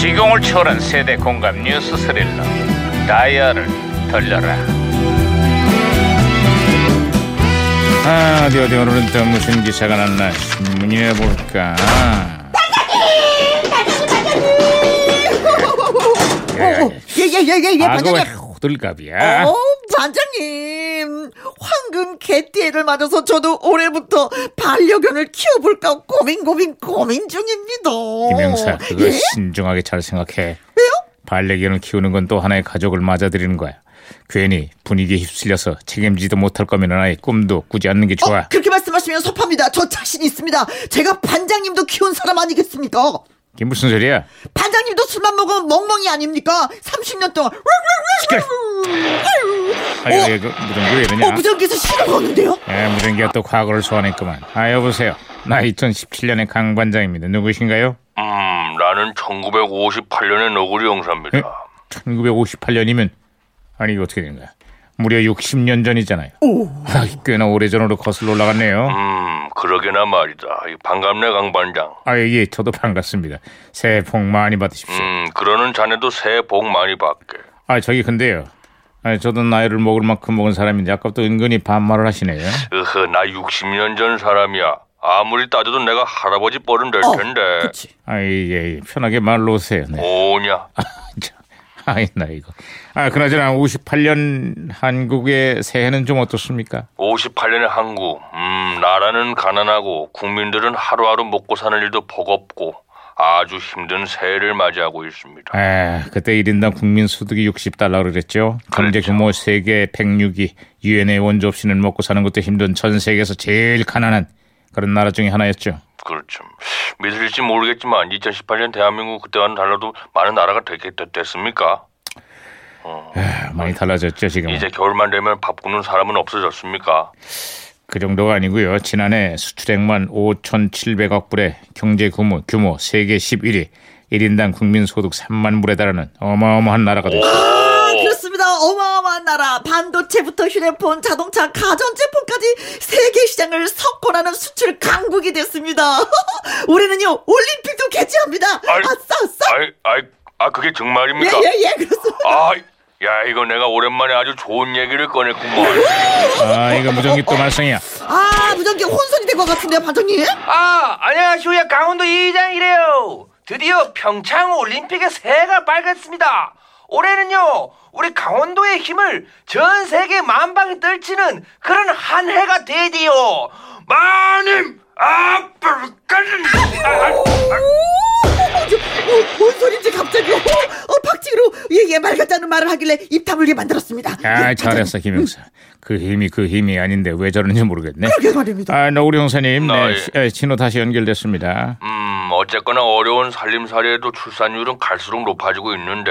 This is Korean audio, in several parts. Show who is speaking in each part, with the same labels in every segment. Speaker 1: 폭풍을 초월한 세대 공감 뉴스 스릴러 다이아를 돌려라 아 어디 어디 오늘은 또 무슨 기사가 났나 신문이나 볼까
Speaker 2: 예예예예예
Speaker 1: 아그왜
Speaker 2: 반장님.
Speaker 1: 호들갑이야
Speaker 2: 어 반장님 황금 개띠를 맞아서 저도 올해부터 반려견을 키워볼까 고민 고민 고민 중입니다.
Speaker 1: 김영사 그거
Speaker 2: 예?
Speaker 1: 신중하게 잘 생각해
Speaker 2: 왜요?
Speaker 1: 반려견을 키우는 건 또 하나의 가족을 맞아들이는 거야 괜히 분위기에 휩쓸려서 책임지도 못할 거면 하나의 꿈도 꾸지 않는 게
Speaker 2: 어,
Speaker 1: 좋아
Speaker 2: 그렇게 말씀하시면 섭합니다. 저 자신 있습니다. 제가 반장님도 키운 사람 아니겠습니까?
Speaker 1: 이게 무슨
Speaker 2: 어?
Speaker 1: 소리야
Speaker 2: 반장님도 술만 먹으면 멍멍이 아닙니까? 30년 동안
Speaker 1: 시끄러 아유 어? 이거 무전기 왜
Speaker 2: 어,
Speaker 1: 이러냐
Speaker 2: 무전기에서 시가 거는데요?
Speaker 1: 예, 무전기가 또 과거를 소환했구만 아 여보세요 나 2017년의 강반장입니다 누구신가요?
Speaker 3: 음, 나는 1958년의 너구리 형사입니다.
Speaker 2: 네?
Speaker 1: 1958년이면 아니 이거 어떻게 된 거야 무려 60년 전이잖아요 아, 꽤나 오래전으로 거슬러 올라갔네요
Speaker 3: 음, 그러게나 말이다. 이 반갑네, 강반장.
Speaker 1: 아, 예, 저도 반갑습니다. 새해 복 많이 받으십시오.
Speaker 3: 음, 그러는 자네도 새해 복 많이 받게.
Speaker 1: 아, 저기 근데요. 아, 저도 나이를 먹을 만큼 먹은 사람인데 아까부터 은근히 반말을 하시네요.
Speaker 3: 으흐, 나 60년 전 사람이야. 아무리 따져도 내가 할아버지 버릇 될
Speaker 2: 어,
Speaker 3: 텐데.
Speaker 2: 그치.
Speaker 1: 아, 예, 예, 편하게 말로 오세요. 네.
Speaker 3: 오냐?
Speaker 1: 참, 아이, 나 이거. 아, 그나저나 58년 한국의 새해는 좀 어떻습니까?
Speaker 3: 58년의 한국. 음, 나라는 가난하고 국민들은 하루하루 먹고 사는 일도 버겁고 아주 힘든 새해를 맞이하고 있습니다.
Speaker 1: 아, 그때 1인당 국민 소득이 60달러 그랬죠. 경제
Speaker 3: 그렇죠.
Speaker 1: 규모 세계 106위, 유엔의 원조 없이는 먹고 사는 것도 힘든 전 세계에서 제일 가난한 그런 나라 중에 하나였죠.
Speaker 3: 그렇죠. 믿을지 모르겠지만 2018년 대한민국 그때와는 달라도 많은 나라가 됐겠, 됐- 됐습니까?
Speaker 1: 아, 많이 달라졌죠,
Speaker 2: 음.
Speaker 1: 지금.
Speaker 3: 이제 겨울만 되면 밥 굶는 사람은 없어졌습니까?
Speaker 1: 그 정도가 아니고요. 지난해 수출액만 5,700억 불에 경제 규모, 규모 세계 11위, 1인당 국민 소득 3만 불에 달하는 어마어마한 나라가 됐어요.
Speaker 2: 아, 그렇습니다. 어마어마한 나라. 반도체부터 휴대폰, 자동차, 가전제품까지 세계 시장을 석권하는 수출 강국이 됐습니다. 올해는요, 올림픽도 개최합니다.
Speaker 3: 아이,
Speaker 2: 아싸, 아싸.
Speaker 3: 아이, 아이, 아 그게
Speaker 2: 예,
Speaker 3: 정말입니까?
Speaker 2: 예, 예, 그렇습니다.
Speaker 3: 아, 야 이거 내가 오랜만에 아주 좋은 얘기를 꺼냈구먼.
Speaker 1: 아, 이거 무전기 또 말썽이야.
Speaker 2: 아, 무전기 혼선이 된 것 같은데요, 반장님?
Speaker 4: 아, 안녕하시오야 강원도 이장이래요. 드디어 평창 올림픽의 새해가 밝았습니다. 올해는요, 우리 강원도의 힘을 전 세계 만방에 떨치는 그런 한 해가 되디요. 마님, 아프리카는
Speaker 2: 어, 저, 어, 뭔 소리인지 갑자기, 어, 어, 박치기로, 예, 예, 말 같다는 말을 하길래 입 다물게 만들었습니다. 예,
Speaker 1: 아, 잘했어, 김영사. 그 힘이 그 힘이 아닌데 왜 저러는지 모르겠네.
Speaker 2: 그러게 말입니다.
Speaker 1: 아, 노구리 형사님,
Speaker 3: 아,
Speaker 1: 네,
Speaker 3: 예.
Speaker 1: 시- 예, 신호 다시 연결됐습니다.
Speaker 3: 음, 어쨌거나 어려운 살림살이에도 출산율은 갈수록 높아지고 있는데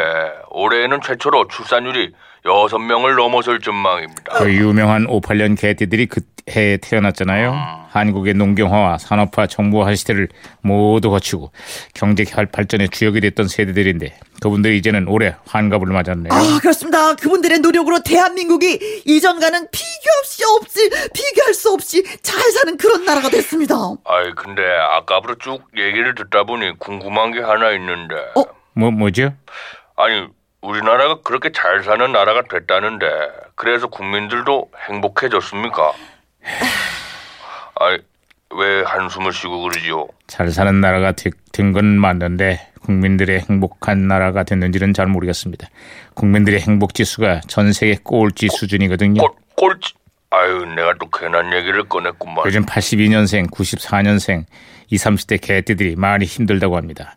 Speaker 3: 올해에는 최초로 출산율이 6명을 넘어설 전망입니다.
Speaker 1: 그 유명한 58년 개띠들이 그해 태어났잖아요. 한국의 농경화와 산업화, 정보화 시대를 모두 거치고 경제 발- 발전의 주역이 됐던 세대들인데 그분들이 이제는 올해 환갑을 맞았네요.
Speaker 2: 아, 그렇습니다. 그분들의 노력으로 대한민국이 이전과는 비교 없이 없이 비교할 수 없이 잘 사는 그런 나라가 됐습니다.
Speaker 3: 아이 근데 아까부터 쭉 얘기를 듣다 보니 궁금한 게 하나 있는데
Speaker 1: 뭐 뭐죠?
Speaker 3: 아니 우리나라가 그렇게 잘 사는 나라가 됐다는데 그래서 국민들도 행복해졌습니까? 아이 왜 한숨을 쉬고 그러지요?
Speaker 1: 잘 사는 나라가 된 건 맞는데 국민들의 행복한 나라가 됐는지는 잘 모르겠습니다. 국민들의 행복 지수가 전 세계 꼴찌 수준이거든요.
Speaker 3: 꼴 꼴찌 아유 내가 또 괜한 얘기를 꺼냈구만.
Speaker 1: 요즘 82년생, 94년생, 20, 30대 개띠들이 많이 힘들다고 합니다.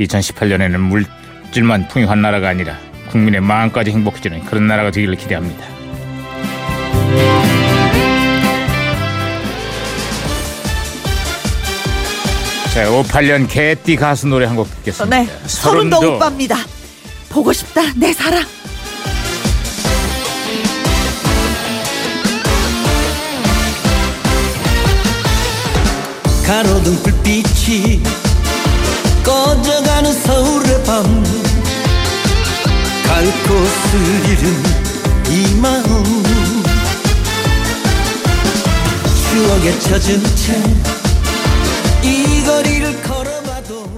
Speaker 1: 2018년에는 물질만 풍요한 나라가 아니라 국민의 마음까지 행복해지는 그런 나라가 되기를 기대합니다. 자, 58년 개띠 가수 노래 한 곡 듣겠습니다.
Speaker 2: 네, 서른 더
Speaker 1: 서른도.
Speaker 2: 오빠입니다. 보고 싶다, 내 사랑.
Speaker 5: 가로등 불빛이 꺼져가는 서울의 밤 갈곳을 잃은 이 마음 추억에 젖은 채 이 거리를 걸어봐도